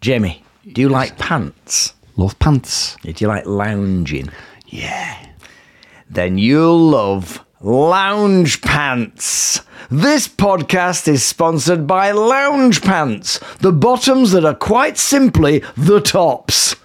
Jamie, do you like pants? Love pants. Do you like lounging? Yeah. Then you'll love Lounge Pants. This podcast is sponsored by Lounge Pants, the bottoms that are quite simply the tops.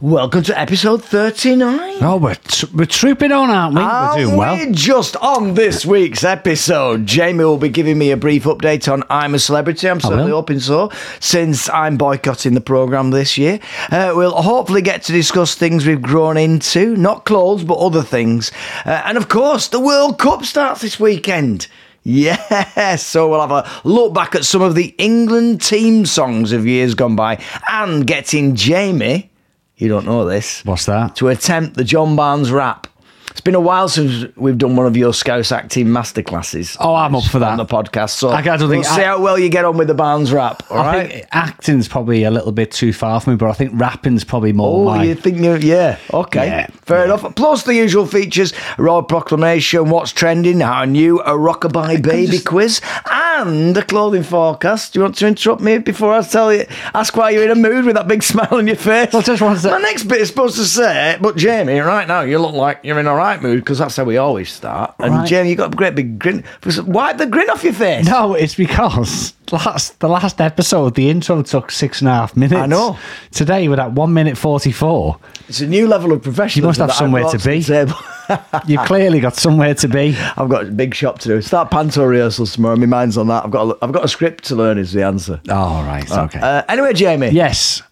Welcome to episode 39. Oh, we're, tr- we're trooping on, aren't we? Are we're doing well. we just on this week's episode. Jamie will be giving me a brief update on I'm a Celebrity. I'm certainly will. hoping so, since I'm boycotting the programme this year. Uh, we'll hopefully get to discuss things we've grown into, not clothes, but other things. Uh, and of course, the World Cup starts this weekend. Yes, so we'll have a look back at some of the England team songs of years gone by and getting Jamie, you don't know this, What's that? to attempt the John Barnes rap. It's been a while since we've done one of your Scouse acting masterclasses. Oh, I'm up for that. on the podcast. So I don't we'll think- see I- how well you get on with the Barnes rap. All I right. think acting's probably a little bit too far for me, but I think rapping's probably more Oh, my. you think you? Yeah, okay, Yeah, fair enough. Plus the usual features: road proclamation, what's trending, our new a rockabye baby just- quiz, and a clothing forecast. Do you want to interrupt me before I tell you? Ask why you're in a mood with that big smile on your face. I just wanted to- My next bit is supposed to say, but Jamie, right now you look like you're in a right mood because that's how we always start. And Right. Jamie, you have got a great big grin. Wipe the grin off your face. No, it's because last the last episode, the intro took six and a half minutes. I know. Today, we're at one minute 44. It's a new level of professionalism. have that I somewhere brought to be. the table. You've clearly got somewhere to be. I've got a big shop to do. Start panto rehearsals tomorrow. My mind's on that. I've got a, I've got a script to learn. Is the answer. All right, okay. Uh, anyway, Jamie, yes.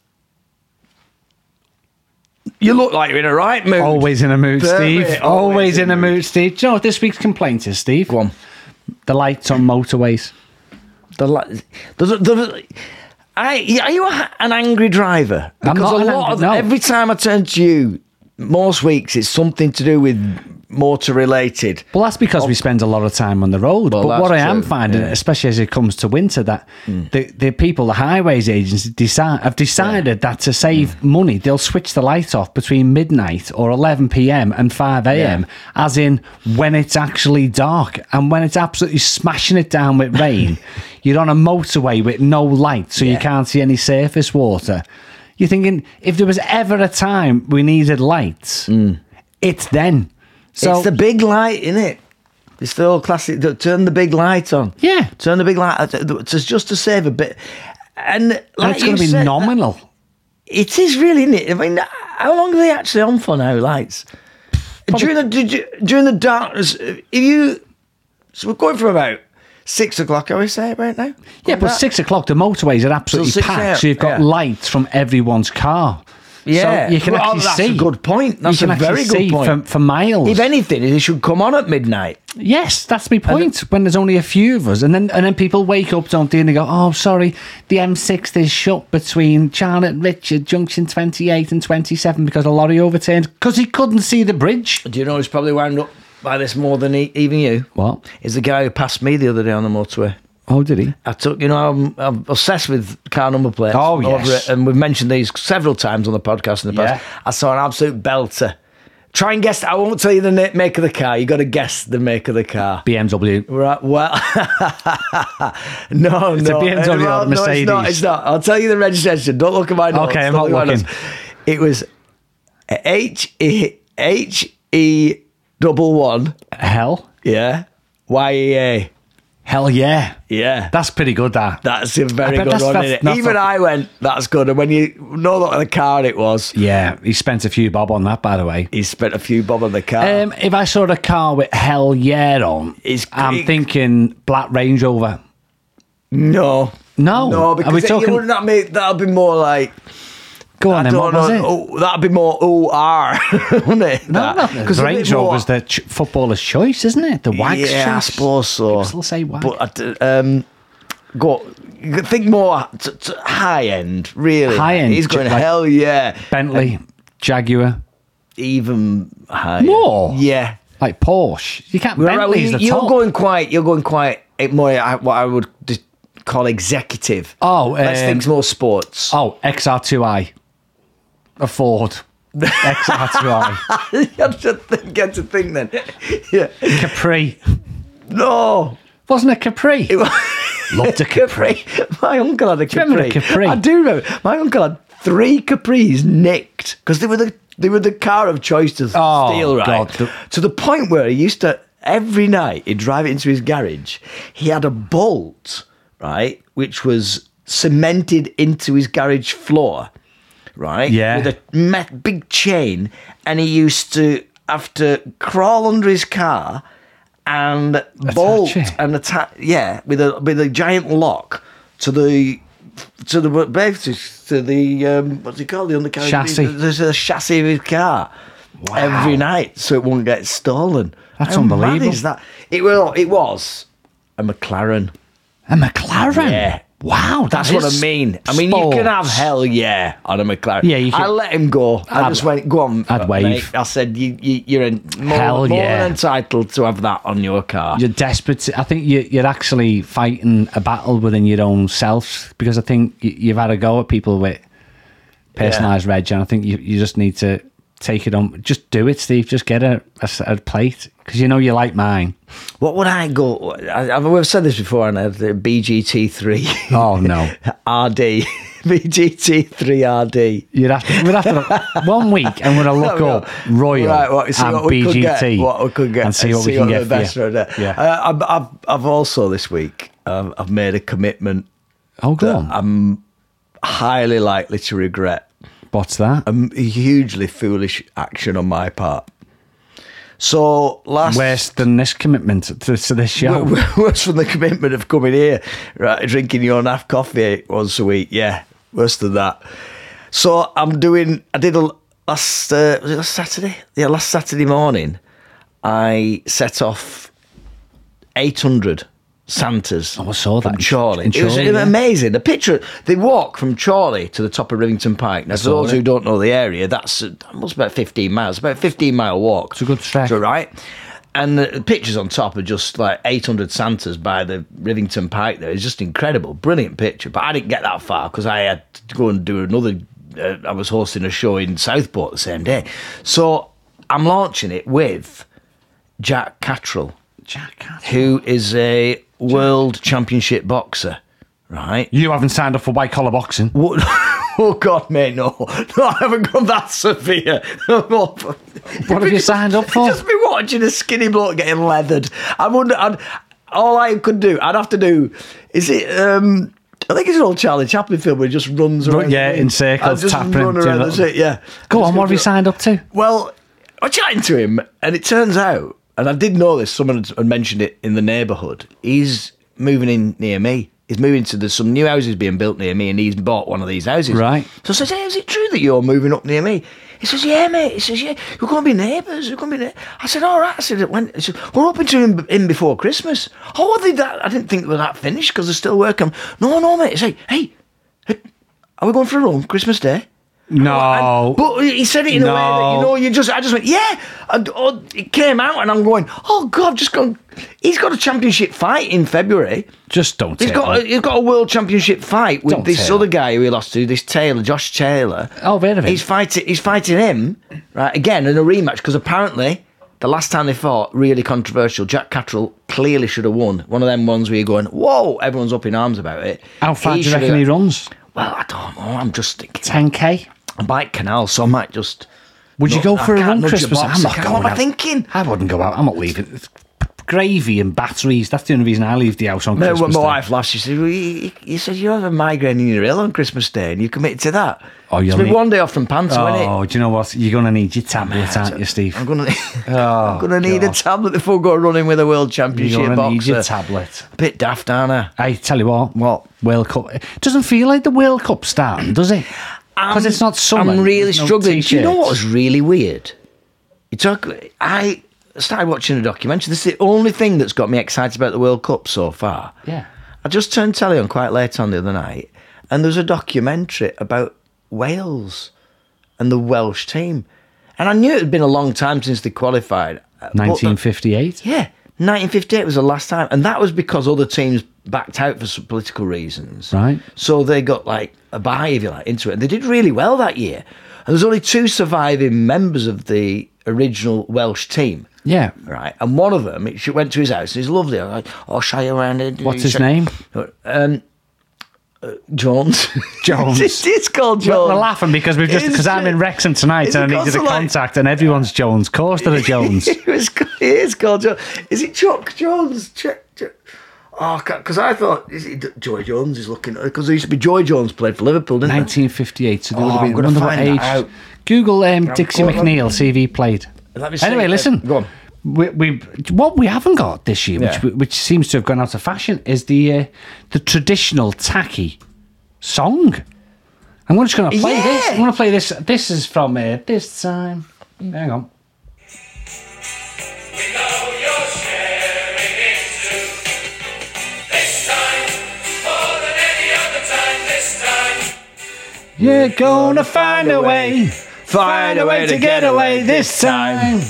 you look like you're in a right mood. Always in a mood, Damn Steve. it, Always, always in in a a mood, Steve. Do you know what this week's complaint is, Steve? Go on. The lights on motorways. The li- there's a, there's a- I- are you a, an angry driver? I'm Because not a an lot angry- of no. every time I turn to you, most weeks it's something to do with motor related. Well, that's because we spend a lot of time on the road. Oh. Well, but what I that's am true, finding, yeah. Mm. especially as it comes to winter, that the, the people, the highways agents, decide have decided that to save Mm. money, they'll switch the light off between midnight or 11 p.m. and 5 a.m. As in when it's actually dark and when it's absolutely smashing it down with rain, you're on a motorway with no light, so you can't see any surface water. You're thinking if there was ever a time we needed lights, it's then. So Mm. it's the big light, in it? It's the old classic. th- Turn the big light on. Yeah. Turn the big light. uh, th- th- Just just to save a bit. And, And like it's going to you be said, nominal. It is really, isn't it? I mean, how long are they actually on for now? Lights during the did you- during the darkness. uh, If you so we're going from about six o'clock. I would say right now. yeah, but six o'clock, the motorways are absolutely six packed. a.m., So you've got yeah. lights from everyone's car. Yeah, so you can Well, actually that's see. a good point. That's you can a actually very good see point. for, for miles. If anything, it should come on at midnight. yes, that's my point. when there's only a few of us, and then and then people wake up, don't they? And they go, "Oh, sorry, the M6 is shut between Charlotte Richard Junction 28 and 27 because a lorry overturned because he couldn't see the bridge." Do you know who's probably wound up by this more than he, even you? What? Is the guy who passed me the other day on the motorway. Oh, did he? I took, you know, I'm, I'm obsessed with car number plates. Oh, Over yes. it, and we've mentioned these several times on the podcast in the past. Yeah. I saw an absolute belter. Try and guess. I won't tell you the na- make of the car. you got to guess the make of the car. BMW. Right. Well, no, It's a no. BMW Uh, or well, a no, it's not. Mercedes. It's not. I'll tell you the registration. Don't look at my notes. Okay, I'm Don't not look at my notes. It was H E H E double one. Hell, Yeah. Y E A. hell yeah. Yeah. That's pretty good. That. That's a very I bet good that's- one, that's- isn't it? that's Even not- I went, that's good. And when you know that the car it was, Yeah, he spent a few bob on that, by the way. he spent a few bob on the car. Um, if I saw a car with hell yeah on, It's I'm great. thinking black Range Rover. no. No. No, Are because we it- you talking- wouldn't that make that'll be more like Go on, I then. What don't was it? know. Oh, that'd be more OR, wouldn't it? no, no, because because Range Rover was the ch- footballer's choice, isn't it? The Yeah, wags. I choice. suppose so. People still say wag. But I d- um, go think more t- t- high end, really. High end, He's going like- hell yeah, Bentley, um, Jaguar, even higher. More? yeah. like Porsche. You can't. Right, well, Bentley's you, the you're top. going quite. You're going quite eh, more. I- What I would d- call executive. Oh, let's um, think more sports. Oh, XR2i. afford XR2i. you have to think, get to think then. Yeah. Capri. No. Wasn't it Capri? It was- Loved a Capri. My uncle had a Capri. remember the Capri? I do remember. My uncle had three Capris nicked because they were the they were the car of choice to Oh, steal. Right God, the- to the point where he used to every night he'd drive it into his garage. He had a bolt right, which was cemented into his garage floor, right? Yeah. with a me- big chain, and he used to have to crawl under his car. And bolt it. and attack yeah with a with a giant lock to the to the basically to the um, what's it called the undercarriage Chassis. the, the chassis of his car every night so it won't get stolen That's How mad unbelievable. is that it will it was a McLaren A McLaren. Yeah. Wow, that that's what I is mean I mean sports. you can have hell yeah on a McLaren Yeah, you I could- let him go I I'd- just went go on I'd wave. mate." I said you, you you're in more, Hell more yeah. than entitled to have that on your car You're desperate. To, I think you, you're actually fighting a battle within your own self because I think you, you've had a go at people with personalised reg, and I think you, you just need to take it on. Just do it, Steve. Just get a, a s- a plate because you know you like mine. What would I go? I, I've we've said this before, and I've the BGT3 Oh no, RD, BGT3 RD. you'd have to. We'd have to one week, and we're gonna look up Royal right, what, see and what we BGT, Could get, what we could get, and see what we can the get. for you. best for that. Yeah. Uh, I've, I've, I've also this week um, I've made a commitment oh, Uh, go on. I'm highly likely to regret. What's that? A m- hugely foolish action on my part. So last Worse than this commitment to, to this show. worse than the commitment of coming here, right? Drinking your naff coffee once a week. Yeah, worse than that. So I'm doing. I did a l- last uh, was it last Saturday? Yeah, last Saturday morning, I set off 800 Santas. Oh, I saw that From in- Chorley. in it was Chorley, yeah. amazing. The picture they walk from Chorley to the top of Rivington Pike. Now, for saw those it. who don't know the area, that's uh, that must be about 15 miles. About a 15 mile walk. It's a good trek. So, right? And the pictures on top are just like 800 Santas by the Rivington Pike there. It's just incredible. Brilliant picture. But I didn't get that far because I had to go and do another. Uh, I was hosting a show in Southport the same day. So I'm launching it with Jack Cattrall, Jack, who is a world championship boxer, right? you haven't signed up for white collar boxing. What? Oh God, mate, no, no, I haven't gone that severe. what What have you signed up for? Just be watching a skinny bloke getting leathered. I wonder. I'd, all I could do, I'd have to do, is it? um I think it's an old Charlie Chaplin film where he just runs around. yeah, the ring. in circles, I'd just tapping, Run doing around, a that's little- it, yeah. Go Just on, what have you do- signed up to? well, I was chatting to him, and it turns out, and I did know this, someone had- had mentioned it in the neighbourhood, he's moving in near me. He's moving to there's some new houses being built near me, and he's bought one of these houses. Right. So I says, "Hey, is it true that you're moving up near me?" He says, "Yeah, mate." He says, "Yeah, you're going to be neighbours. You're going to be." Ne-. I said, "All right." I said, "When?" He said, "We're hoping to him in before Christmas." Oh, are they that? I didn't think they were that finished because they're still working. No, no, mate. He said, "Hey, hey, are we going for a run Christmas Day?" No. And- but he said it in a way that No. you know you just I just went yeah, and oh, it came out and I'm going oh god, I've just gone. He's got a championship fight in February. just don't He's take got a, it. he's got a world championship fight with Don't this tell. other guy who he lost to, this Taylor, Josh Taylor. Oh, wait a minute. He's fighting he's fighting him right again in a rematch because apparently. The last time they fought, really controversial. Jack Cattrall clearly should have won. One of them ones where you're going, whoa, everyone's up in arms about it. How far do you should reckon have- he runs? Well, I don't know. I'm just thinking. 10k? I bike canal, so I might just. Would you No, go I for a can't run nudge your Christmas? box. I'm I not can't- going What am I out. thinking? I wouldn't go out. I'm not leaving. It's gravy and batteries. That's the only reason I leave the house on No, Christmas. Uh, my Day. wife laughs. She said, well, you, you said you have a migraine and you're ill on Christmas Day and you committed to that. Oh, It's you'll been need- one day off from Panta, Oh, do you know what? You're going to need your tablet, aren't you, Steve? I'm gonna, Oh, I'm gonna need a God. tablet before I go running with a world championship You're going to need boxer. your tablet. Bit daft, aren't I? I tell you what. What? World Cup. It doesn't feel like the World Cup starting, does it? Because Um, I'm- it's not summer. I'm really there's no struggling. Do you know t-shirts. what was really weird? You talk. I started watching a documentary. This is the only thing that's got me excited about the World Cup so far. Yeah. I just turned telly on quite late on the other night, and there was a documentary about Wales and the Welsh team, and I knew it had been a long time since they qualified. uh, but- 1958? yeah, 1958 was the last time, and that was because other teams backed out for some political reasons. Right. So they got like a buy, if you like, into it. And they did really well that year. And there's only two surviving members of the original Welsh team. Yeah. Right, and one of them, she went to his house. He's lovely. I'm like, oh, shy around. and- What's his sh- name? Um, uh, Jones. Jones. it's, it's called We're Jones. we're laughing because we've just It's- because I'm in Wrexham tonight it's and I needed a because of, like- contact and everyone's Jones. Of course, there are Jones. it was. It is called Jones. Is it Chuck Jones? Chuck. Chuck. Oh, because I thought is it Joy Jones is looking because there used to be Joy Jones played for Liverpool, didn't there? 1958, so they Oh, would have I'm been gonna wonder what find that age. out. Google um, Dixie go on. McNeil, see if he played. Let me see. Anyway, Uh, listen. go on. We, we what we haven't got this year, Yeah. which which seems to have gone out of fashion, is the uh, the traditional tacky song. I'm just going to play this. Yeah. I'm going to play this. This is from uh, this time. Hang on. We know you're sharing it too. This time, more than any other time, this time. You're gonna find a way, Find a way to get away this time.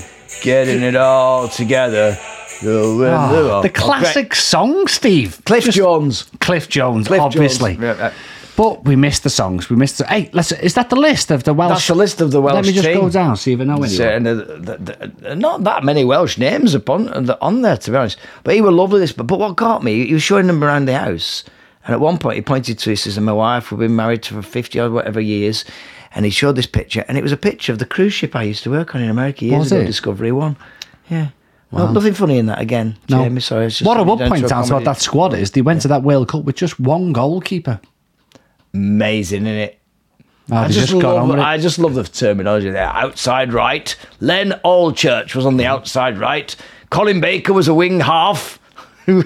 Getting it all together. You'll win Ah, war. the classic song, Steve. Cliff Just- Jones. Cliff Jones, Cliff Jones. obviously. Yeah, yeah. But we missed the songs. We missed. The, hey, let's. Is that the list of the Welsh? That's the list of the Welsh Let me just team. go down see if I know anyone. So, and, uh, th- th- th- not that many Welsh names upon th- on there, to be honest. But he were lovely. This, but, but what got me, he was showing them around the house, and at one point he pointed to us says, "My wife, we've been married for fifty or whatever years," and he showed this picture, and it was a picture of the cruise ship I used to work on in America years Was ago, it? Discovery One. Yeah, No- nothing funny in that again, No. Jamie. Sorry, it's just what I would down to point out about accommodate- that squad is they went to that World Cup with just one goalkeeper. Amazing, isn't it? Oh, I they just, got on love, with it. I just love the terminology there. Outside right. Len Allchurch was on the outside right. Colin Baker was a wing half. wing,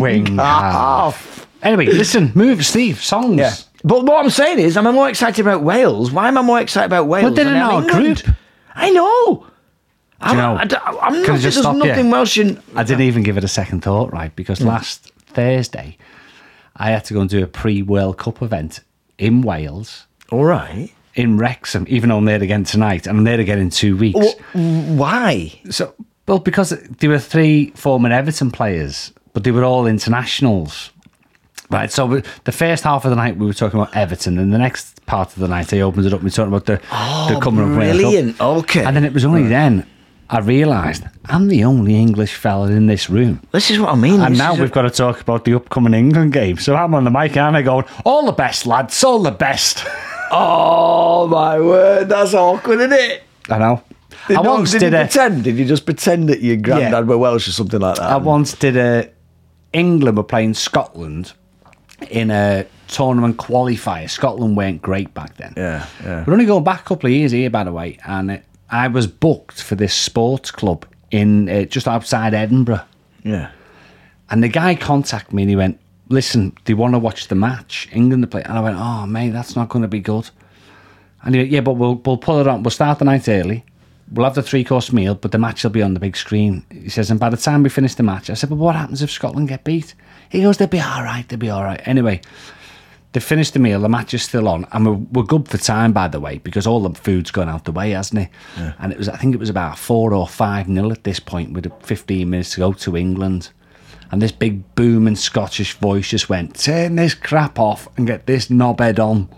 Wing half. Anyway, listen, move, Steve. Songs. Yeah. But what I'm saying is, I'm more excited about Wales. Why am I more excited about Wales? Well, they're than in I am our England? group. I know. I'm, know, I, am can I not, just there's stop you? nothing Welsh in. I didn't even give it a second thought, right? Because last Thursday, I had to go and do a pre-World Cup event in Wales. All right. in Wrexham, even though I'm there again tonight, and I'm there again in two weeks. Wh- Why? So, well, because there were three former Everton players, but they were all internationals. Right, so we- the first half of the night we were talking about Everton, and the next part of the night I opened it up and we were talking about the, the coming up World Cup. Oh, brilliant. Okay. And then it was only then I realised I'm the only English fella in this room. This is what I mean. And This now is- we've got to talk about the upcoming England game. So I'm on the mic and I going, all the best, lads, all the best. Oh, my word. That's awkward, isn't it? I know. Did I no- once did did you a pretend? Did you just pretend that your granddad were Welsh or something like that? I once did a England were playing Scotland in a tournament qualifier. Scotland weren't great back then. Yeah, yeah. We're only going back a couple of years here, by the way, and it, I was booked for this sports club in uh, just outside Edinburgh, yeah. and the guy contacted me and he went, "Listen, do you want to watch the match? England to play?" And I went, "Oh, mate, that's not going to be good." And he went, "Yeah, but we'll we'll pull it on. We'll start the night early." We'll have the three course meal, but the match will be on the big screen. He says, and by the time we finish the match, I said, but what happens if Scotland get beat? He goes, they'll be all right, they'll be all right. Anyway, they finished the meal, the match is still on, and we're, we're good for time, by the way, because all the food's gone out the way, hasn't it? And it was, I think it was about four or five nil at this point, with 15 minutes to go to England. And this big booming Scottish voice just went, turn this crap off and get this knobhead on.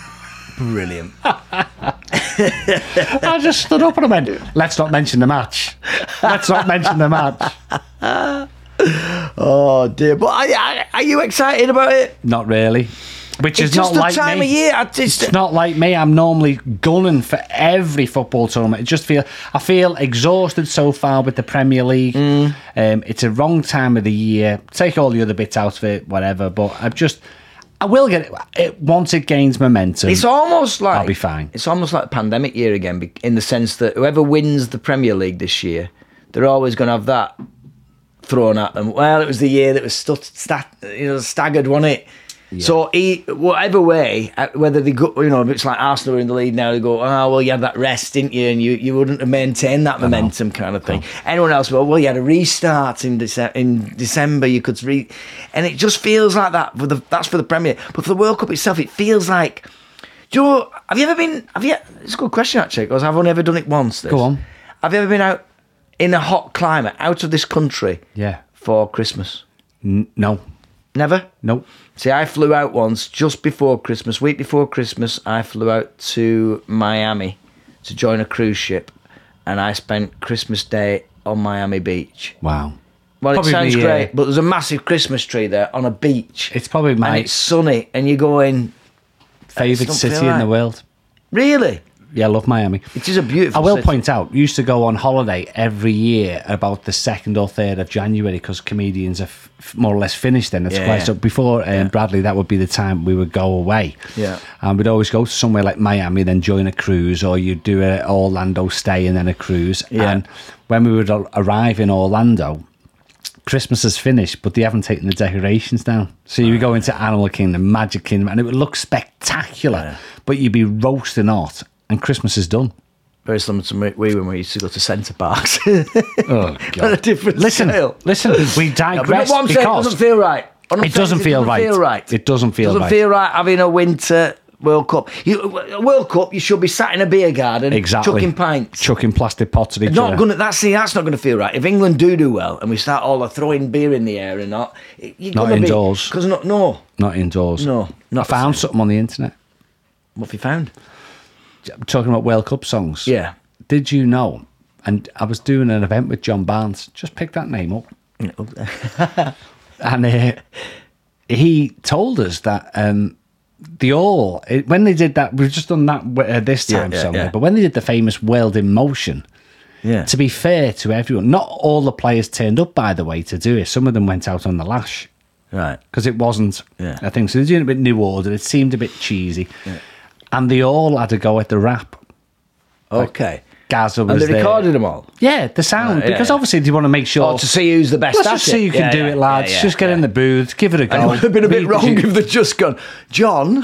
Brilliant. I just stood up and I went, let's not mention the match. Let's not mention the match. Oh dear. But are, are, are you excited about it? Not really. Which It's, is just not the like time me. of year. I just, It's not like me. I'm normally gunning for every football tournament. It just feel I feel exhausted so far with the Premier League. Mm. Um, it's a wrong time of the year. Take all the other bits out of it, whatever. But I've just I will get it, it once it gains momentum. It's almost like be fine. It's almost like pandemic year again, be- in the sense that whoever wins the Premier League this year, they're always going to have that thrown at them. Well, it was the year that was stut- stat- you know, staggered, wasn't it? So, he, whatever way, uh, whether they go, you know, if it's like Arsenal are in the lead now, they go, oh, well, you had that rest, didn't you? And you, you wouldn't have maintained Uh-huh. that momentum kind of thing. Anyone else, well, well, you had a restart in, Dece- in December, you could re. And it just feels like that. For the, that's for the Premier. But for the World Cup itself, it feels like. Do you know, have you ever been? Have you? It's a good question actually, because I've only ever done it once. This. Go on. Have you ever been out in a hot climate, out of this country, yeah. for Christmas? N- no. Never? Nope. See, I flew out once just before Christmas, week before Christmas, I flew out to Miami to join a cruise ship and I spent Christmas Day on Miami Beach. Wow. Well, Probably, it sounds uh, great, but there's a massive Christmas tree there on a beach. It's probably and my it's sunny, and you're going, favourite don't city feel in the right. world. really? Yeah, I love Miami. It is a beautiful I will city. point out, we used to go on holiday every year about the second or third of January because comedians are f- f- more or less finished then. That's Yeah, quite yeah. so. Before um, Bradley, that would be the time we would go away. Yeah. and we'd always go to somewhere like Miami, then join a cruise, or you'd do a Orlando stay and then a cruise. Yeah. And when we would a- arrive in Orlando. Christmas is finished, but they haven't taken the decorations down. So you would go into Animal Kingdom, Magic Kingdom, and it would look spectacular, but you'd be roasting hot, and Christmas is done. Very similar to me- we when we used to go to centre parks. Oh, On a different listen, scale. listen. We No, but digress what I'm saying, it because doesn't feel right. What I'm It saying doesn't is feel right. feel right. It doesn't feel doesn't right. feel right having a winter World Cup. You, a World Cup, you should be sat in a beer garden, exactly chucking pints. chucking plastic pots at each not other. gonna. That's see, that's not gonna feel right. If England do do well, and we start all throwing beer in the air and not, you're Not gonna indoors. Because not no. not indoors. No, not I found something on the internet What have you found? talking about World Cup songs. Yeah. Did you know? And I was doing an event with John Barnes. Just pick that name up. and uh, he told us that um, the all it, when they did that, we've just done that uh, this Yeah, time, yeah, Sonia, yeah. But when they did the famous World in Motion, Yeah. to be fair to everyone, not all the players turned up, by the way, to do it. Some of them went out on the lash right. because it wasn't Yeah. a thing. So they're doing a bit new order. It seemed a bit cheesy. And they all had a go at the rap. Okay. Gaza and was they there. recorded them all. Yeah, the sound. Right, Oh, yeah, because yeah. obviously they want to make sure. Oh, to see who's the best. Let's that's just see it. who can Yeah, do yeah, it, lads. yeah, yeah, just get in yeah. the booth, give it a And go. it would have been a Read bit the wrong ju- if they'd just gone, John.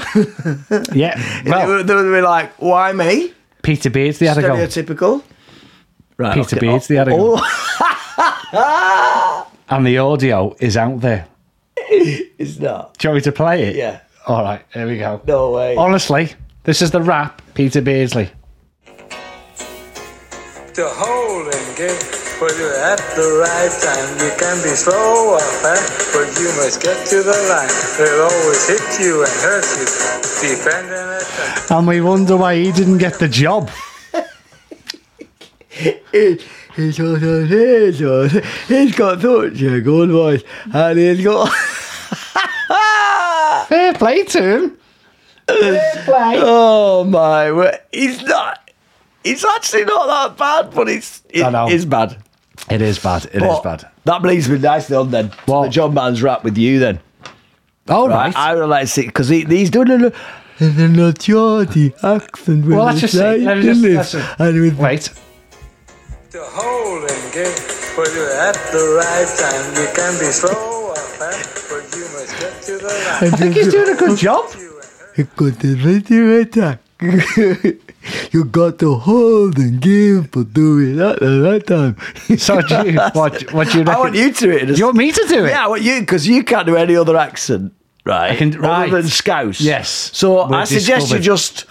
yeah, Well, well, they would have been like, why me? Peter Beardsley had a go. Stereotypical. Right, Peter Beardsley had a go. And the audio is out there. it's not. Do you want me to play it? Yeah. All right, here we go. No way. Honestly, this is the rap, Peter Beardsley. the whole and game. But you're at the right time. You can be slow or fast, but you must get to the line. They'll always hit you and hurt you. Defend and attack. And we wonder why he didn't get the job. He's got thoughts, he's got thoughts, yeah, good voice. And he's got. Fair play to him. Fair play. oh my word. He's not. It's actually not that bad, but it's it I know. is bad. It is It is bad. It is bad. That leads me nicely on then. to What? The John Man's rap with you then. All right. Right. I would like to see because he, he's doing a. And then not your the accent Well, let's just see. Let me just- let's just- and with Wait. The whole and game. But you're at the right time. You can be slow or fast, but you must get to the line. I think he's doing a good job. You and hurt Because the radio attack. you got to hold and give for doing that at that time. So do you, what, what do you reckon? I want you to it. in a You want me to do it? Yeah, I want you because you can't do any other accent, right? I can- right. Other than Scouse. Yes. So We're I suggest you discovered. just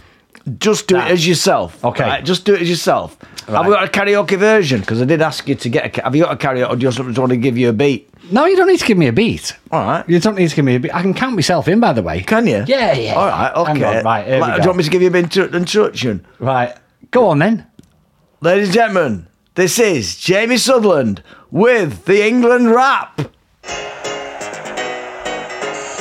just do That. it as yourself. Okay. right? Just do it as yourself. Have we got a karaoke version? Because I did ask you to get a. Ca- have you got a karaoke? Or do you just want to give you a beat? No, you don't need to give me a beat. All right. You don't need to give me a beat. I can count myself in, by the way. Can you? Yeah, yeah. All right. Hang Okay. on, right, here Like, we do go. you want me to give you a bit of introduction? Right. Go on then. Ladies and gentlemen, this is Jamie Sutherland with the England rap.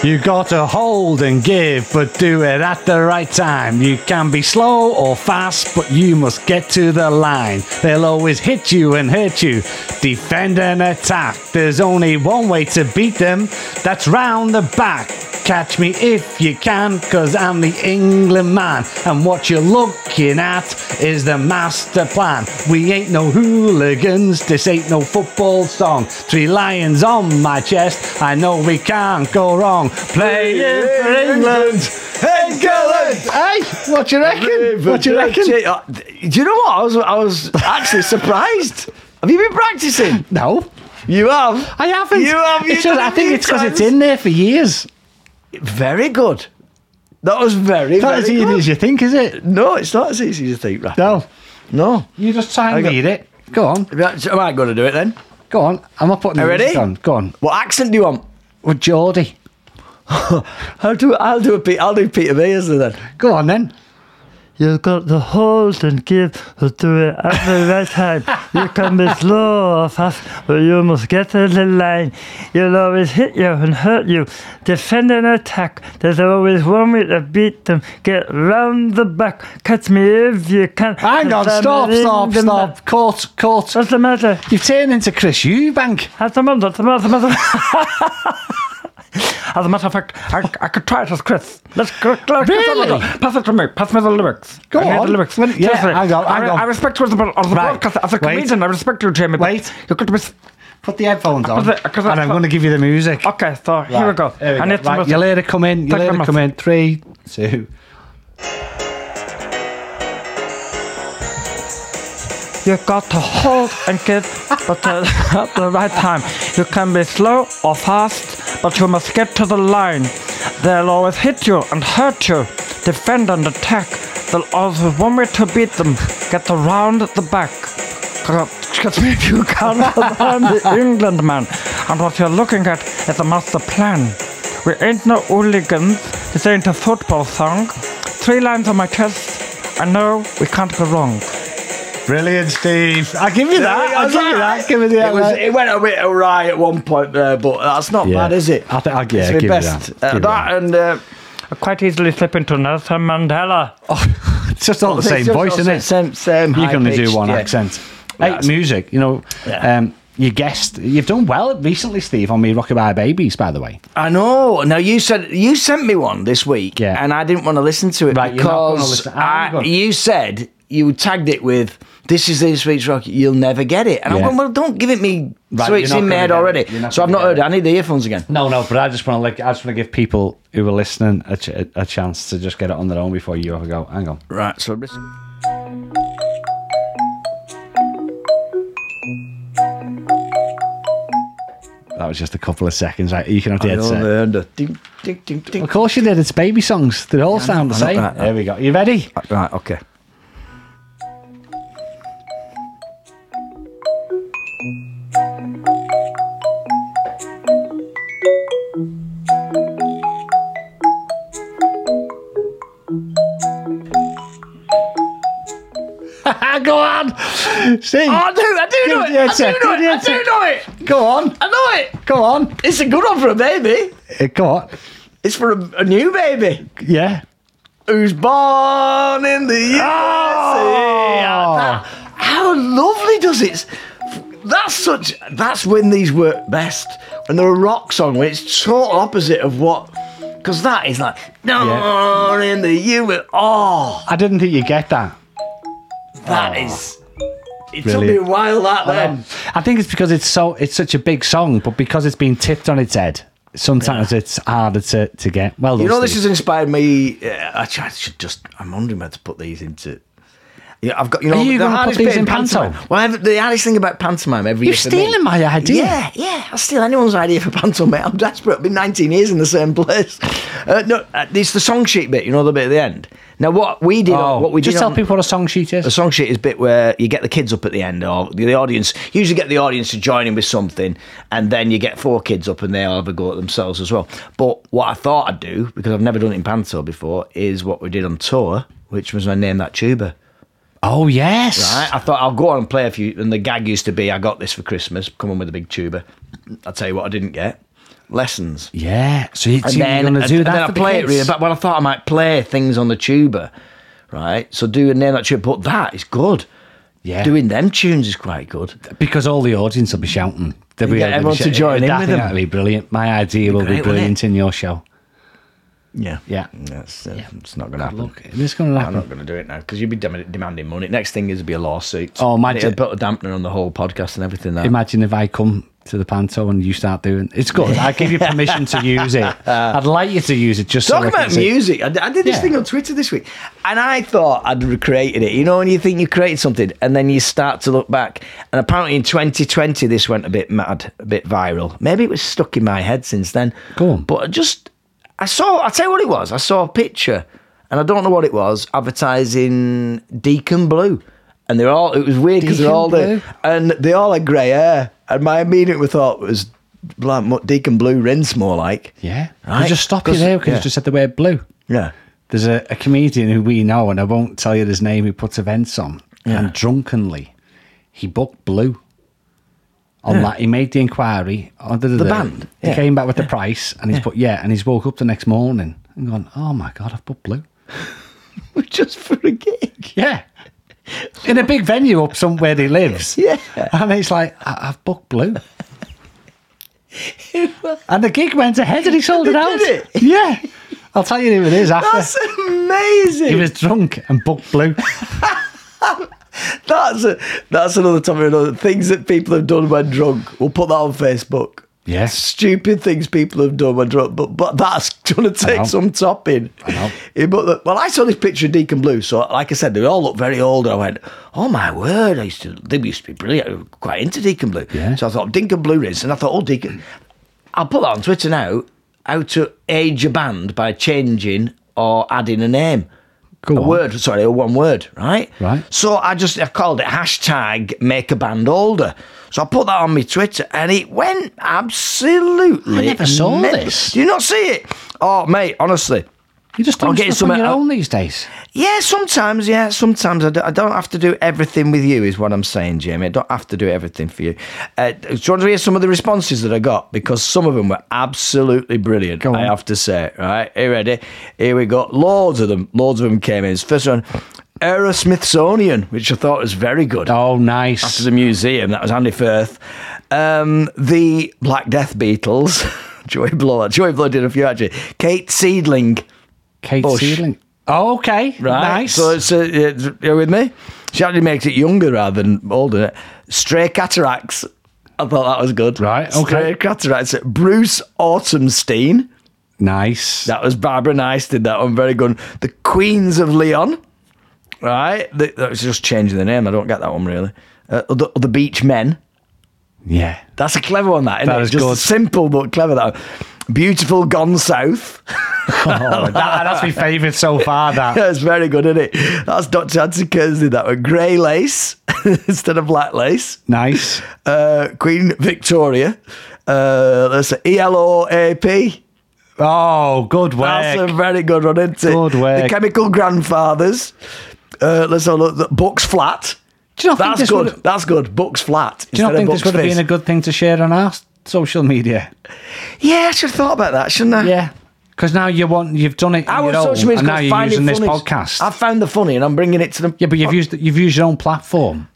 You got to hold and give, but do it at the right time. You can be slow or fast, but you must get to the line. They'll always hit you and hurt you. Defend and attack. There's only one way to beat them. That's round the back. Catch me if you can, cause I'm the England man. And what you're looking at is the master plan. We ain't no hooligans, this ain't no football song. Three lions on my chest, I know we can't go wrong. Playing for England! England. Hey, what you reckon? What you reckon? Uh, Do you know what? I was, I was actually surprised. Have you been practicing? No, You have. I haven't. You have. It's you've just, done I it think many it's because it's times. in there for years. Very good. That was very. It's not very as easy good. as you think, is it? No, it's not as easy as you think. Right? No. No. You just try I and got- read it. Go on, Right, Am I going to do it then? go on. I'm not putting the Are you music ready? on. Go on. What accent do you want? With Geordie. I'll do I'll do a Pe- I'll do Peter Beers then. Go on then. You got the hold and give to do it at the right time. You can be slow or fast, but you must get in the line. You'll always hit you and hurt you. Defend and attack. There's always one way to beat them. Get round the back. Catch me if you can. Hang on, Cause I'm stop, in stop, the stop. map. Court, court. What's the matter? You've turned into Chris Eubank. As a matter, as a matter, as a matter. As a matter of fact, I, I could try it as Chris. Let's go. let's go- Really? Pass it to me. Pass me the lyrics. Go I need on. The lyrics. Well, yeah, Seriously. hang on, I, hang on. I respect you as a, as a Right. broadcaster, as a Wait. comedian. I respect you, Jamie. but Wait. You could miss. Put the headphones on, Put the- 'cause I- and I'm going to give you the music. Okay, so here we go. Here I we need go. some Right, you let it come in. You Take let them it off. come in. Three, two. You got to hold and give, but uh, at the right time. You can be slow or fast, but you must get to the line. They'll always hit you and hurt you. Defend and attack. They'll always one way to beat them. Get around the back. Because if you can't, I'm the England man. And what you're looking at is a master plan. We ain't no hooligans. This ain't a football song. Three lines on my chest. I know we can't go wrong. Brilliant, Steve. I give you that. I give you that. Give me the It, was, it went a bit awry at one point there, but that's not Yeah. bad, is it? I think- I- yeah, it's my give you best. that. Uh, Give you that that. and uh, I quite easily slip into Nelson Mandela. It's just all the it's same just voice, all isn't it? Same, same. You can only do high-pitched, one yeah. accent. Hey, music. You know, um, you guessed. You've done well recently, Steve, on me Rockabye Babies, by the way. I know. Now you said you sent me one this week, Yeah. and I didn't want to listen to it Right, you're not gonna because listen. I'm I, gonna- you said you tagged it with "This is this week's rocket." You'll never get it, and I'm Yeah. going, "Well, don't give it me." Right, so you're it's not in my gonna head get it. already. You're not So I've gonna not get heard. it. I need the earphones again. No, no, but I just want to like I just want to give people who are listening a, ch- a chance to just get it on their own before you ever go. Hang on. Right. So listen. That was just a couple of seconds. Right, you can have the I headset. only heard a ding, ding, ding, ding. Of course you did. It's baby songs. They all sound the I know same. that. There we go. You ready? Right. Okay. go on. See. I do. I do Give know the it. headset, I give do the know it. I do headset. know it. Go on. I know it. Go on. It's a good one for a baby. Uh, Go on. It's for a, a new baby Yeah. who's born in the USA. Oh. How lovely does it? That's such. That's when these work best. When they're a rock song, when it's total opposite of what. Because that is like down in the U. Oh, I didn't think you get that. that is. It took me a Oh. Brilliant. while that then. Um, I think it's because it's so it's such a big song, but because it's been tipped on its head, sometimes it's harder to, to get. Well, You know, this has inspired me. Uh, actually, I should just. I'm wondering whether to put these into. Yeah, I've got. You know, Are you the gonna put hardest these bit in pantomime? Well, I've, the hardest thing about pantomime every You're year. for me- stealing my idea. Yeah, yeah. I steal anyone's idea for pantomime. I'm desperate. I've been 19 years in the same place. Uh, no, uh, it's the song sheet bit. You know, the bit at the end. Now, what we did, on- what we Oh. just did tell on- people what a song sheet the is. song sheet is a bit where you get the kids up at the end, or the, the audience. You usually get the audience to join in with something, and then you get four kids up, and they all have a go at themselves as well. But what I thought I'd do, because I've never done it in panto before, is what we did on tour, which was I named that tuba. Oh yes. Right? I thought I'll go on and play a few, and the gag used to be I got this for Christmas, come on with a big tuba. I'll tell you what I didn't get lessons. Yeah. So you, And so you're then, going to and- do and that then for I the play it kids? really. But well, I thought I might play things on the tuba, right? So do a name that tuba, but that is good. Yeah. Doing them tunes is quite good. because all the audience will be shouting. They'll be get they'll be everyone to shouting. join in I with think them. That'll be brilliant. My idea will great, be wouldn't brilliant in your show. Yeah, Yeah. That's, uh, It's not going to happen. Look, it's going to I'm not happen. going to do it now because you'd be dem- demanding money. Next thing is be a lawsuit. Oh, my It'll d- put a dampener on the whole podcast and everything. That Imagine if I come to the panto and you start doing it's good. I give you permission to use it. I'd like you to use it just so Talk I can Uh, about see- music. I, d- I did this Yeah. thing on Twitter this week, and I thought I'd recreated it. You know, when you think you created something, and then you start to look back, and apparently in 2020 this went a bit mad, a bit viral. Maybe it was stuck in my head since then. Go on. But I just, I saw. I tell you what it was. I saw a picture, and I don't know what it was. Advertising Deacon Blue, and they're all. It was weird because they're Deacon all Blue? the and they all had grey hair. And my immediate thought was like mu- Deacon Blue rinse more like. Yeah. Right. You just stop you 'Cause- there because yeah. you just said the word blue. Yeah. There's a, a comedian who we know, and I won't tell you his name, who puts events on. And drunkenly, he booked blue. On that, he made the inquiry. Oh, da, da, The da. band, He yeah. came back with the price, and he's put yeah, and he's woke up the next morning and gone, oh my god, I've booked blue. Just for a gig. Yeah. In a big venue up somewhere he lives. Yeah. And he's like, I- I've booked blue. and the gig went ahead and he sold it out. did it? Yeah. I'll tell you who it is after. That's amazing. he was drunk and booked blue. That's a, that's another topic. Another things that people have done when drunk. We'll put that on Facebook. Yeah. Stupid things people have done when drunk, but but that's gonna know. take some topping. I know. Yeah, but look, well, I saw this picture of Deacon Blue. So, like I said, they all look very old. And I went, "Oh my word!" I used to they used to be brilliant. I was quite into Deacon Blue. Yeah. So I thought Deacon Blue rinse, and I thought, "Oh, Deacon, I'll put that on Twitter now. How to age a band by changing or adding a name." Go a on. word, sorry, a one word, right? Right. So I just I called it hashtag make a band older. So I put that on my Twitter and it went absolutely. I never saw mental. this. Do you not see it? Oh, mate, honestly. You just I'll don't get get some stuff on your out- own these days. Yeah, sometimes, yeah, sometimes I, do, not have to do everything with you, is what I'm saying, Jamie. I don't have to do everything for you. Uh, do you want to hear some of the responses that I got? Because some of them were absolutely brilliant, Go on. I have to say. Right, here, ready? Here we go. Loads of them, loads of them came in. First one, Era Smithsonian, which I thought was very good. Oh, After nice. the museum, that was Andy Firth. Um, the Black Death Beatles, Joy Blow, Joy Blow did a few actually. Kate Seedling. Kate Bush. Seedling. Oh, okay. Right. Nice. So it's, uh, it's- you're with me? She actually makes it younger rather than older. Stray cataracts. I thought that was good. Right, okay. Stray cataracts. Bruce Autumnstein. nice. That was Barbara Nice did that one. Very good. The Queens of Leon. Right. The, that was just changing the name. I don't get that one really. Uh, the, the Beach Men. yeah. That's a clever one, that, isn't That it? is just good. simple but clever. That one. Beautiful Gone South. Oh, that, that's my favourite so far, that. That's very good, isn't it? That's Dr. Anson Kersley, that one. Grey lace instead of black lace. Nice. Uh, Queen Victoria. Uh, let's say ELOAP. Oh, good work. That's a very good one, isn't it? Good work. The Chemical Grandfathers. Uh, let's have a look. The Bucks Flat. Do you not think That's this good. would've- That's good. Bucks Flat. Do you not instead think of this Bucks would have been Fizz. a good thing to share on our s- social media? Yeah, I should have thought about that, shouldn't I? Yeah, because now you want you've done it. on Our your own, social media and now you're finding using this funnies. podcast. I found the funny and I'm bringing it to them. yeah, but you've used you've used your own platform.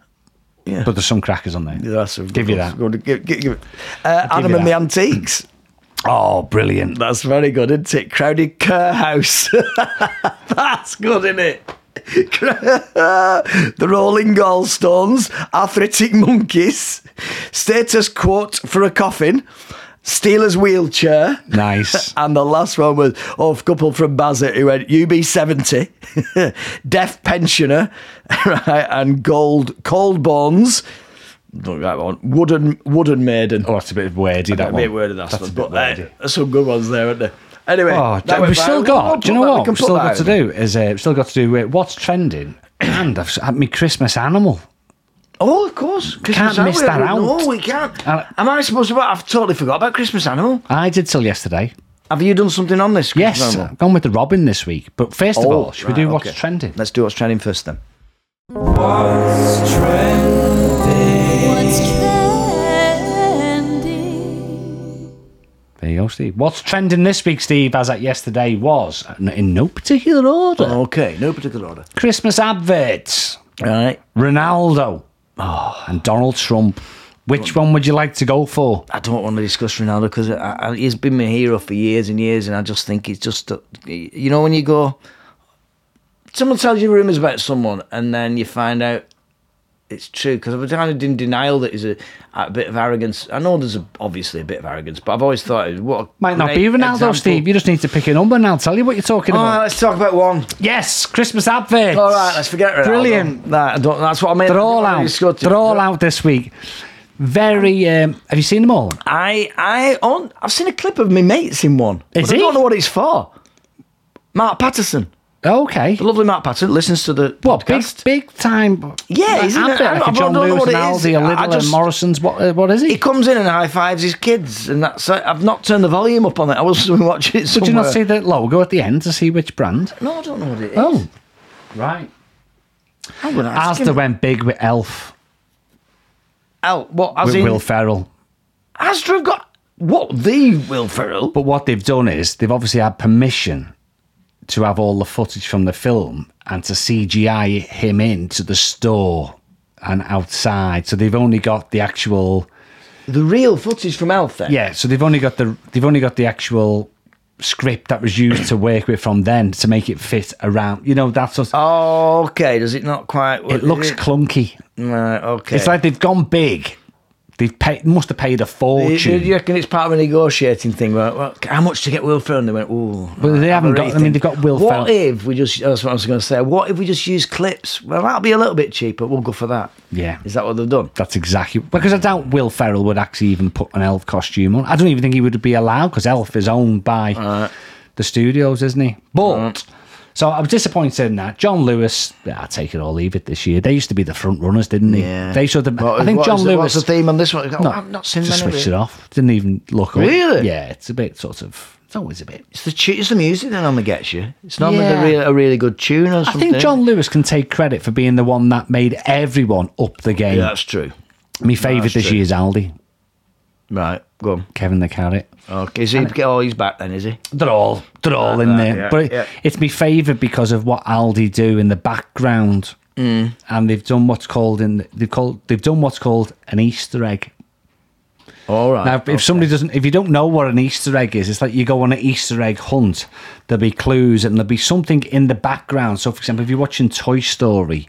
Yeah. But there's some crackers on there. That's a Give you that. Go on, give- give- give it. Uh, Adam you and the that. Antiques. Oh, brilliant! That's very good, isn't it? Crowded Kerr House. That's good, isn't it? the Rolling Gallstones, Arthritic Monkeys, Status Quote for a Coffin, Steeler's Wheelchair. Nice. And the last one was oh, a couple from Bazet who went UB70, Deaf Pensioner, right, and Gold Cold Bonds. Not that one. Wooden Wooden Maiden. oh, that's a bit wordy. That That'd be a word of that. That's one, a but bit uh, wordy. there's some good ones there, aren't there? Anyway, Oh, that went we've still viral. got. We'll put do you know that- we what? can We've put still that got to out. do is uh, we've still got to do uh, what's trending, and I've s- had my Christmas animal. Oh, of course. Christmas Can't miss Animal. that out. No, we can't. Uh, Am I supposed to? I've totally forgot about Christmas Animal. I did till yesterday. Have you done something on this? Christmas Yes, Animal? I've gone with the Robin this week. But first of Oh, all, should right, we do what's okay. trending? Let's do what's trending first then. What's trendy? There you go, Steve. What's trending this week, Steve, as at yesterday was, n- in no particular order, Okay, no particular order. Christmas adverts. All right. Ronaldo Oh, and Donald Trump. Which one would you like to go for? I don't want to discuss Ronaldo because I, I, he's been my hero for years and years, and I just think he's just, a- you know, when you go, someone tells you rumours about someone, and then you find out it's true because I've kind of in denial that he's a, a bit of arrogance. I know there's a, obviously a bit of arrogance, but I've always thought what a Might not great be Ronaldo, example. Steve. You just need to pick a number and I'll tell you what you're talking All right, about. let's talk about one. Yes, Christmas adverts. All right, let's forget Ronaldo. Brilliant. That, I don't, that's what I mean. They're I don't all wanna out. discuss it. They're all out this week. Very. Um, have you seen them all? I I on I've seen a clip of my mates in one. Is but I he? don't know what it's for. Mark Patterson. Oh, Okay. The lovely Matt Patton listens to the What big, podcast. big time? Yeah, like, he's in advert it. I for don't- I John don't know Lewis what and it is. Aldi and I- I Lidl and just- Morrison's. What, uh, what is He he? comes in and high fives his kids, and that's it. I've not turned the volume up on it. I was watching it Did somewhere. you not see the logo at the end to see which brand? No, I don't know what it is. Oh, right. I'm gonna ask Asda him. went big with Elf Oh, what? As with in, Will Ferrell. Asda have got what the Will Ferrell? But what they've done is they've obviously had permission to have all the footage from the film and to CGI him into the store and outside. So they've only got the actual The real footage from Elf. Then. yeah. So they've only got the they've only got the actual script that was used to work with from then to make it fit around. You know that's Oh, what, Okay. Does it not quite? it looks clunky. Right, okay. It's like they've gone big. They've paid must have paid a Do fortune. you, do you reckon it's part of a negotiating thing? Right? Well, how much to get Will Ferrell? And they went, ooh. Well, they I'll haven't have a got- I mean, rethink. they've got Will What Ferrell. if we just? That's what I was going to say. What if we just use clips? Well, that'll be a little bit cheaper. We'll go for that. Yeah. Is that what they've done? That's exactly because I doubt Will Ferrell would actually even put an elf costume on. I don't even think he would be allowed because Elf is owned by the studios, isn't he? But so I was disappointed in that. John Lewis, I take it or leave it this year. They used to be the front runners, didn't they? They sort of. What- I think what John is the- Lewis. What's the theme on this one? no, I've not seen just many of switched it. it off. Didn't even look. up. Really? Yeah, it's a bit sort of. It's always a bit. It's the tu- it's the music that normally gets you. It's normally Yeah. the real, a really good tune or I something. think John Lewis can take credit for being the one that made everyone up the game. Yeah, that's true. My favourite that's this true. year is Aldi, Right, go on. Kevin the Carrot. Okay, is he? Oh, he's back then, is he? They're all they're all in there, yeah, but it, yeah. it's my favourite because of what Aldi do in the background, mm. and they've done what's called in they've called they've done what's called an Easter egg. All right. Now, if somebody doesn't, if you don't know what an Easter egg is, it's like you go on an Easter egg hunt. There'll be clues and there'll be something in the background. So, for example, if you're watching Toy Story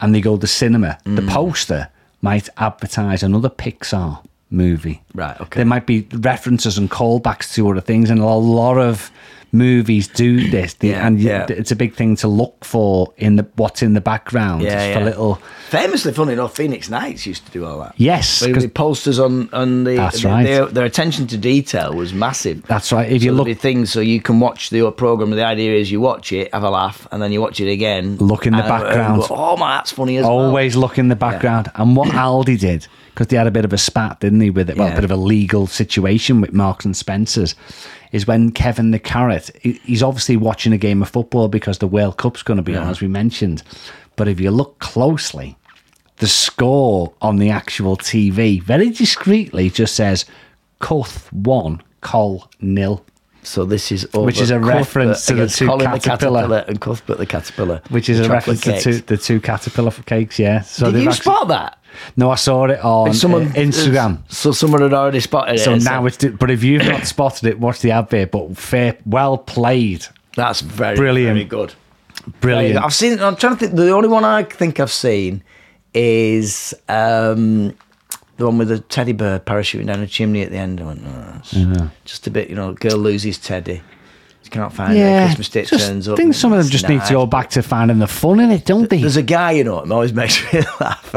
and they go to the cinema, Mm. the poster might advertise another Pixar movie. Right, okay. There might be references and callbacks to other things, and a lot of movies do this. They- Yeah, and you- yeah. it's a big thing to look for in the what's in the background. Yeah, It's for yeah. little. Famously, funny enough, Phoenix Knights used to do all that. Yes, They 'cause- did posters on on the. That's the- right. Their, their attention to detail was massive. That's right. If you So there'd look be things so you can watch the program. The idea is you watch it, have a laugh, and then you watch it again. Look in the and- and background. go, oh my, that's funny as well." always look in the background. And what Aldi did, because they had a bit of a spat, didn't they, with it? Well, Yeah. a bit of a legal situation with Marks and Spencers, is when Kevin the Carrot, he- he's obviously watching a game of football because the World Cup's going to be on, as we mentioned. But if you look closely, the score on the actual TV very discreetly just says Cuth 1, Col nil. So this is over Which is a Cuthbert reference to the against two Colin caterpillar. the and Cuthbert the caterpillar, Which is The a reference chocolate to two, cakes. the two caterpillar cakes, yeah. So Did they've you actually- spot that? No, I saw it on someone, Instagram. So someone had already spotted it. So It's now like, it's. But if you've not spotted it, watch the advert. But fair, well played, that's very Brilliant. very good. brilliant. I've seen. I'm trying to think. The only one I think I've seen is um, the one with the teddy bear parachuting down a chimney at the end. I went, oh, that's just a bit. You know, girl loses teddy. She cannot find it. Christmas day just turns up. think and some of them it's just need nice. to go back to finding the fun in it, don't they? There's a guy, you know, him always makes me laugh.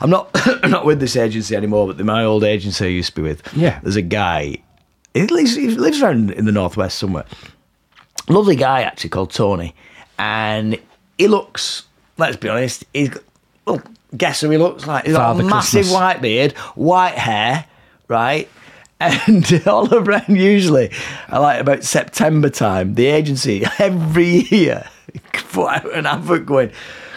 I'm not not with this agency anymore, but the, my old agency I used to be with. Yeah. There's a guy. He lives, he lives around in the northwest somewhere. Lovely guy actually called Tony, and he looks. Let's be honest. He's got- well, guess who he looks like? He's got Father a massive Christmas. white beard, white hair, right? And all around usually, I like about September time, the agency every year put out an advert going,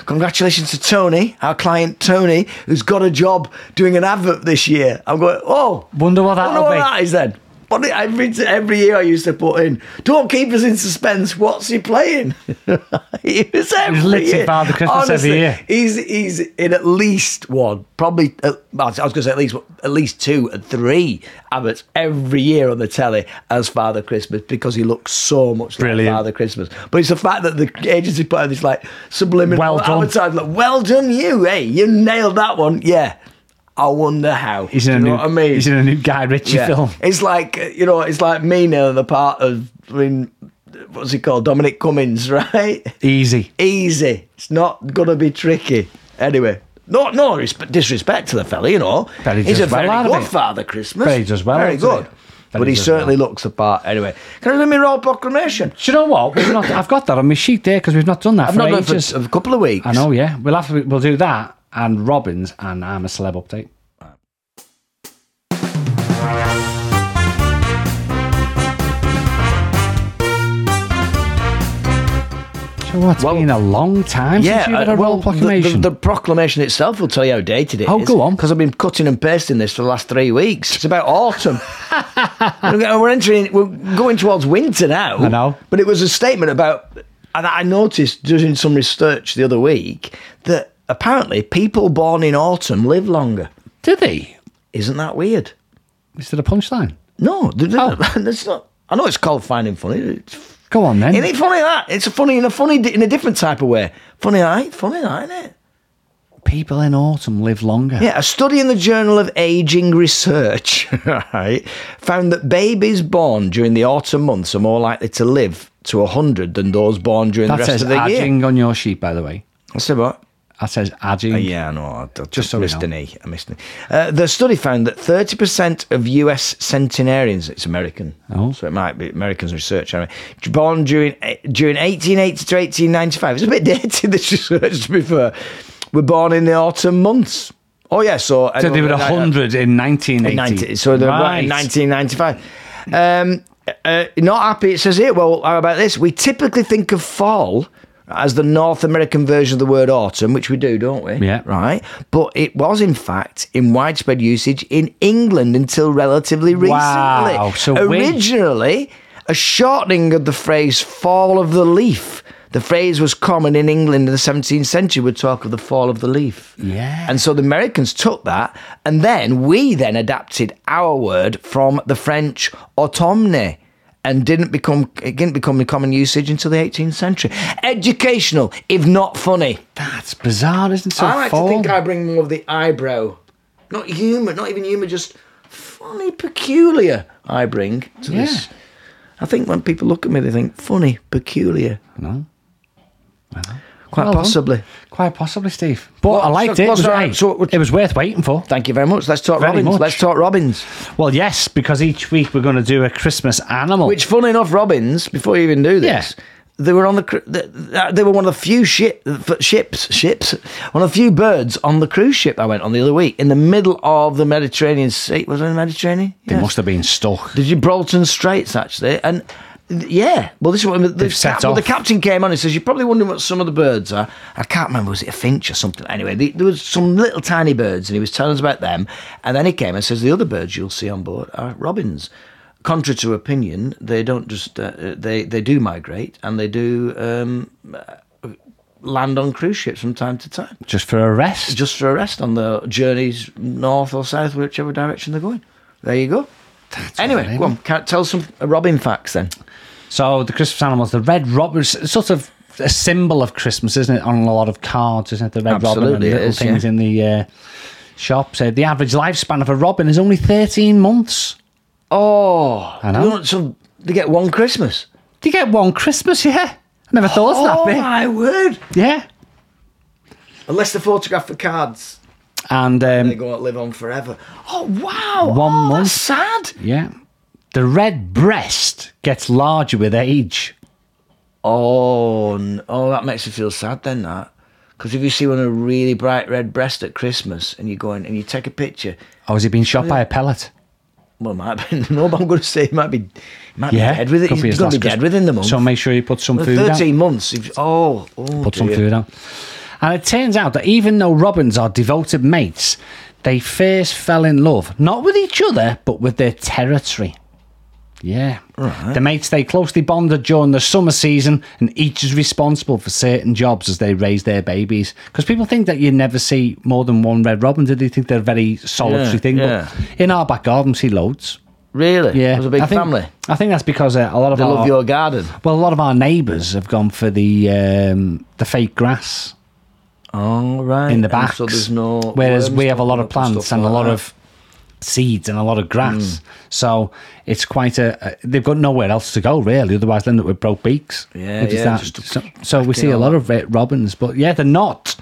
Congratulations to Tony, our client Tony, who's got a job doing an advert this year. I'm going, Oh, Wonder what wonder that'll what be." that is then. But every, every year I used to put in, Don't keep us in suspense, what's he playing? it was every literally year. Father Christmas every Honestly, year. He's he's in at least one, probably. uh, I was going to say at least at least two and three abbots every year on the telly as Father Christmas because he looks so much Brilliant. like Father Christmas. But it's the fact that the agency put out this like subliminal Well done. advertisement. Like, well done, you. Hey, you nailed that one. Yeah. I wonder how. he's Do in a you new. know what I mean? He's in a new Guy Ritchie Yeah. film. It's like uh, you know, it's like me nailing the part of I mean, what's he called, Dominic Cummings, right? Easy. easy. It's not gonna be tricky. Anyway, no, no respe- disrespect to the fella, you know. But he He's a does well very out of good it. father, Christmas. But he does well Very out of good. it. but he does certainly looks the part. Anyway, can I do my royal proclamation? Do you know what? We've not, I've got that on my sheet there because we've not done that I've for not done ages. for a couple of weeks. I know, yeah. We'll have to, we'll do that and Robbins and I'm a celeb update. So what? It's Well- been a long time since you've had uh, a royal the- proclamation. The, the proclamation itself will tell you how dated it is. Oh, go on. Because I've been cutting and pasting this for the last three weeks. It's about autumn. we're, go- we're entering. We're going towards winter now. I know. But it was a statement about and I noticed doing some research the other week that apparently people born in autumn live longer. Did they? Isn't that weird? Is there a punchline? No, they- they- Oh. that's not. I know it's called finding funny. It's Go on then. Ain't it funny that? It's funny in a funny in a different type of way. Funny that, funny that, isn't it? People in autumn live longer. Yeah, a study in the Journal of Aging Research right, found that babies born during the autumn months are more likely to live to 100 than those born during that the rest says of the year. aging on your sheet, by the way. I said what? That says aging. Uh, yeah, no, I, I just so we missed know. an E. I missed an E. Uh, the study found that 30% of US centenarians, it's American, Oh. so it might be Americans research, anyway, born during eh, during 1880 to 1895, it's a bit dated, this research, to be fair, were born in the autumn months. Oh, yeah, so. So they were anyone- 100 in 1980. 90, so they were in 1995. Um, uh, not happy, it says here. Well, how about this? We typically think of fall as the North American version of the word autumn, which we do, don't we? Yeah. Right? But it was, in fact, in widespread usage in England until relatively recently. Wow, so we- Originally, a shortening of the phrase fall of the leaf. The phrase was common in England in the 17th century. Would talk of the fall of the leaf. Yeah. And so the Americans took that, and then we then adapted our word from the French automne. And didn't become it didn't become in common usage until the 18th century. Educational, if not funny. That's bizarre, isn't it? So I like full. to think I bring more of the eyebrow, not humour, not even humour, just funny, peculiar. I bring to this. I think when people look at me, they think funny, peculiar. No. Quite Well done. possibly. Quite possibly, Steve. But I liked so- it. It what's was, that? hey, So what- it was worth waiting for. Thank you very much. Let's talk Very Robbins. much. Let's talk Robbins. Well, yes, because each week we're going to do a Christmas animal. Which, funnily enough, Robbins, before you even do this, Yeah. they were on the cru- th- th- they were one of the few ship, f- ships ships one of the few birds on the cruise ship I went on the other week in the middle of the Mediterranean Sea. Was it the Mediterranean? they Yeah. must have been stuck. the Gibraltar Straits actually, and th- yeah, well, this is what the, set well, the off. captain came on and says, "You're probably wondering what some of the birds are." I can't remember was it a finch or something. Anyway, the, there was some little tiny birds, and he was telling us about them. And then he came and says, "The other birds you'll see on board are robins." Contrary to opinion, they don't just uh, uh, they they do migrate and they do um, uh, land on cruise ships from time to time, Just for a rest. just for a rest on their journeys north or south, whichever direction they're going. There you go. Anyway, amazing. go on. Can, tell us some uh, Robin facts then. So the Christmas animals, the red robin, it's sort of a symbol of Christmas, isn't it? On a lot of cards, isn't it? The red robin and Absolutely, it little is, things yeah. in the uh, shop. So the average lifespan of a robin is only 13 months. Oh, I know. you want some- they get one Christmas. Do you get one Christmas? Yeah. I never thought oh of that my word! bit. Yeah. Unless they photograph the cards, And um, they go and live on forever. Oh wow! One oh, month. That's sad. Yeah. The red breast gets larger with age. Oh, n- oh, that makes me feel sad then. That because if you see one with a really bright red breast at Christmas and you go in and you take a picture, Or Oh, has he been shot by a pellet? well, it might be no, but I'm going to say it might be, it might Yeah. be dead with it. could He's his going to last be dead Christmas. within the month. So make sure you put some Well, food Thirteen out. months. If, oh, oh, Put some dear. food out. And it turns out that even though robins are devoted mates, they first fell in love, not with each other, but with their territory. Yeah. The mates stay closely bonded during the summer season, and each is responsible for certain jobs as they raise their babies. Because people think that you never see more than one red robin, do they think they're a very solitary Yeah, thing? yeah. But in our back garden, we see loads. Really? Yeah. It was a big I think, family. I think that's because uh, a lot of They our, love your garden. well, a lot of our neighbours have gone for the um, the fake grass Oh, right. in the And back. So there's no. Whereas worms we have a lot popping of up plants stuff and a like lot that. Mm. of seeds and a lot of grass, so it's quite a. a- They've got nowhere else to go really. Otherwise, they end up with broke beaks. Yeah, which is yeah, that- just to so, so we see a all lot of red robins, but yeah, they're not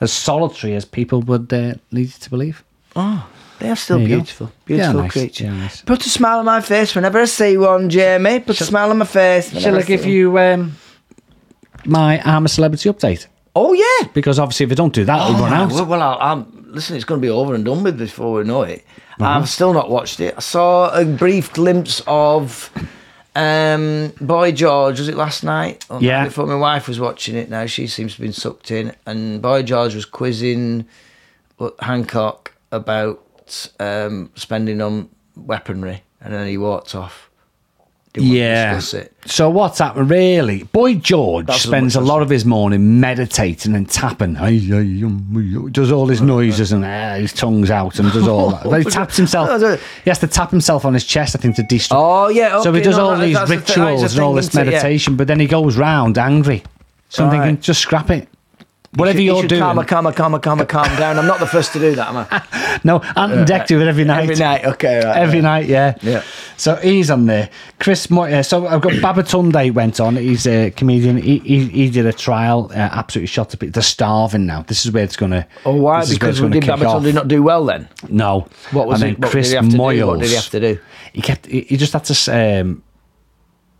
as solitary as people would uh, lead you to believe. Oh, They are still There you go. beautiful. Yeah, Beautiful nice. creatures. Yeah, nice. Put a smile on my face whenever I see one, Jamie. Put a smile on my face. Shall whenever I give see you um, my I'm a Celebrity update? one. Oh, yeah. Because obviously, if I don't do that, it'll run no, out. Oh, Well, well I'll, I'll, listen, it's going to be over and done with before we know it. Uh-huh. I've still not watched it. I saw a brief glimpse of um, Boy George. Was it last night? Or night Yeah. Before my wife was watching it. Now she seems to have been sucked in, and Boy George was quizzing uh, Hancock about um, spending on weaponry, and then he walked off. Didn't want to yeah. discuss it. So what's happened really? Boy George That's spends what- a lot of his morning meditating and tapping. Ay, ay, um, ay, ay, Does all his noises and ah, his tongues out and does all that. But he taps himself. He has to tap himself on his chest, I think, to de Oh, yeah, so he okay, does no, all that- these that's the thing, that is rituals the and all thing, this isn't it? Yeah. meditation, but then he goes round angry. So I'm Right. thinking, just scrap it. Whatever You are should doing, Calm, calm, calm, calm, calm down. I'm not the first to do that, am I? no, Ant and Dec do it every night. Uh, Every night, okay, right. Every right. night, yeah. Yeah. So he's on there. Chris, Mo- uh, so I've got Babatunde went on. He's a comedian. He, he, he did a trial, uh, absolutely shot to bit. They're starving now. This is where it's going to. Oh, why? Because we did Babaton did not do well then. No. What was and it? Then What Chris did he have to Moyles. do? What did he have to do? He kept. He, he just had to um,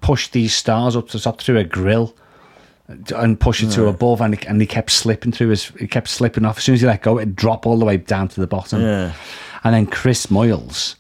push these stars up to the top through a grill. uh, And push it to above, and he, and he kept slipping through his. He kept slipping off. As soon as he let go, it'd drop all the way down to the bottom. Yeah. And then Chris Moyles.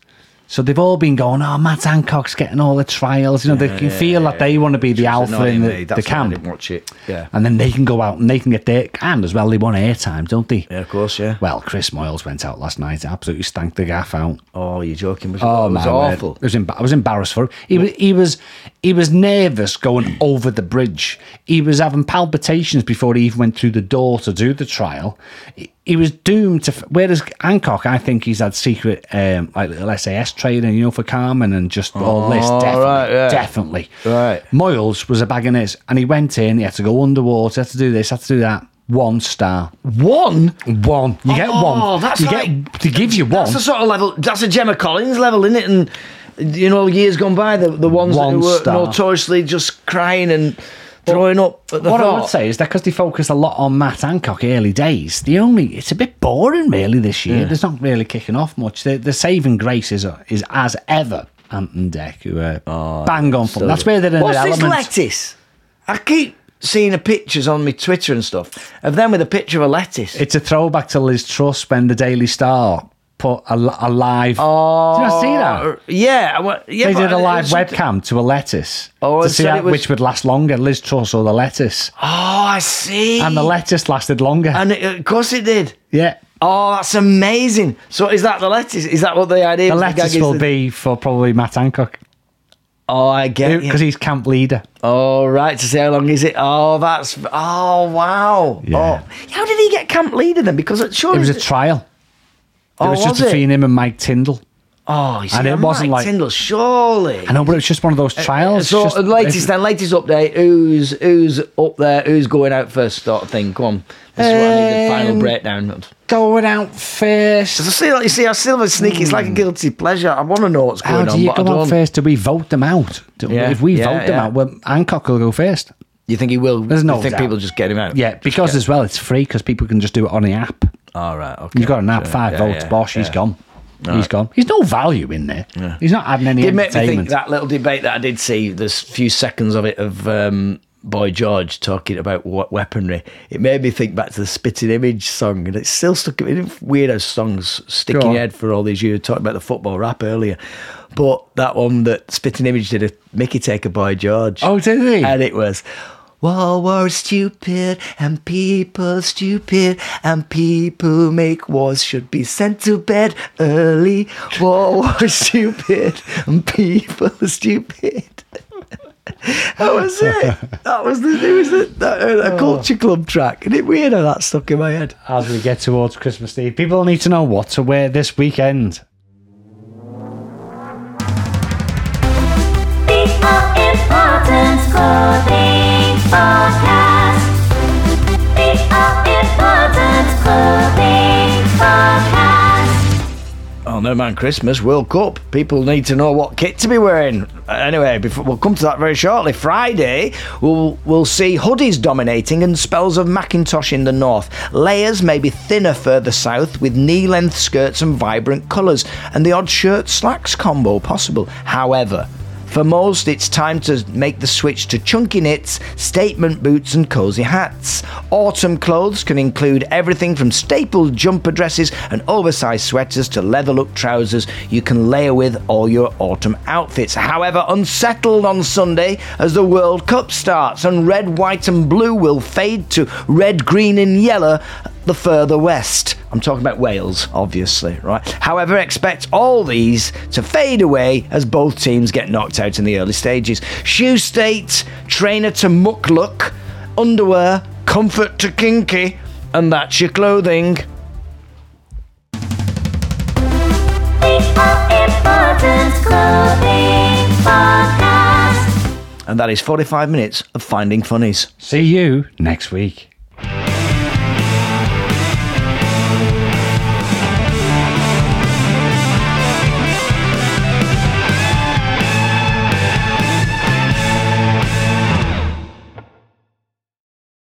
So they've all been going, oh, Matt Hancock's getting all the trials. You know, they can feel like they want to be the alpha in eh? the, the camp. watch it. Yeah. And then they can go out and they can get their. And as well, they want airtime, don't they? Yeah, of course, yeah. Well, Chris Moyles went out last night, absolutely stank the gaff out. Oh, you're joking. Was Oh, it was my word. awful. It was emba- I was embarrassed for him. He was, he was he was nervous going over the bridge. He was having palpitations before he even went through the door to do the trial. He, he was doomed to. f- Whereas Hancock, I think he's had secret um, like little SAS training, you know, for Carmen and just all this. Oh, Definitely, right, yeah. definitely. Right. Moyles was a bag of this, and he went in. He had to go underwater. Had to do this. Had to do that. One star. One? One. You get one. Oh, that's you like- get. They give you one. That's the sort of level. That's a Gemma Collins level, isn't it? And you know, years gone by, the the ones that One were star. notoriously just crying and throwing up at the what I thought. would say is that because they focused a lot on Matt Hancock early days, the only it's a bit boring really this year. There's not really kicking off much. The, the saving grace is uh, is as ever Ant and Deck, who are bang on for. That's where they're in Oh, What's their this element. lettuce? I keep seeing the pictures on my Twitter and stuff of them with a picture of a lettuce. It's a throwback to Liz Truss when the Daily Star put a, li- a live. Oh, did you not see that? Yeah, I wa- yeah. They but did a it live was something- webcam to a lettuce Oh, to and see said how- it was- which would last longer, Liz Truss or the lettuce. Oh, I see. And the lettuce lasted longer. And it, of course it did. yeah. Oh, that's amazing. So is that the lettuce? Is that what the idea? The was? lettuce gag is will the- be for probably Matt Hancock. Oh, I get because it. he's camp leader. Oh, right. To see how long is it? Oh, that's. Oh, wow. Yeah. Oh. How did he get camp leader then? Because it surely. It was a trial. oh, it was just it? between him and Mike Tyndall. Oh, you see, and it I'm wasn't Mike like- Tyndall, surely. I know, but it was just one of those trials. so just, the latest then, latest update. Who's who's up there? Who's going out first? Sort of thing. Come on, this is what I need the final Um, breakdown. of. Going out Because I first. see, like you see, I still have a sneak. It's like a guilty pleasure. I want to know what's Hmm. How going do on, you but I go out don't. first? Do we vote them out? Do- Yeah, if we yeah, vote them yeah. out, well, Hancock will go first. You think he will? There's no You think doubt. people just get him out? Yeah, because as well, it's free because people can just do it on the app. All right. Okay. You've got an app, Sure. five Yeah, votes, yeah, bosh, he's yeah. gone. He's gone. He's no value in there. He's not adding any It made me entertainment. think that little debate that I did see. There's few seconds of it of um, Boy George talking about what weaponry. It made me think back to the Spitting Image song, and it's still stuck. in weirdo songs stick Go in on. your head for all these years. Talking about the football rap earlier, but that one that Spitting Image did a Mickey take a Boy George. Oh, did he? And it was. War war is stupid and people stupid and people who make wars should be sent to bed early. War war is stupid and people are stupid. That was it. That was the it was the, that, uh, Oh. a culture club track. Isn't it weird how that stuck in my head? as we get towards Christmas Eve, people need to know what to wear this weekend. The All Importance Clothing Podcast. The All Importance Clothing Podcast. Oh, No Man Christmas World Cup. People need to know what kit to be wearing. Uh, Anyway, before, we'll come to that very shortly. Friday, we'll, we'll see hoodies dominating and spells of Macintosh in the north. Layers may be thinner further south with knee length skirts and vibrant colours, and the odd shirt slacks combo possible. However, for most, it's time to make the switch to chunky knits, statement boots, and cozy hats. Autumn clothes can include everything from stapled jumper dresses and oversized sweaters to leather look trousers you can layer with all your autumn outfits. However, unsettled on Sunday as the World Cup starts, and red, white, and blue will fade to red, green, and yellow the further west. I'm talking about Wales, obviously, right? However, expect all these to fade away as both teams get knocked out in the early stages. Shoe state, trainer to muck look, underwear, comfort to kinky, and that's your clothing. The All Importance Clothing Podcast. And that is 45 minutes of finding funnies. See you next week.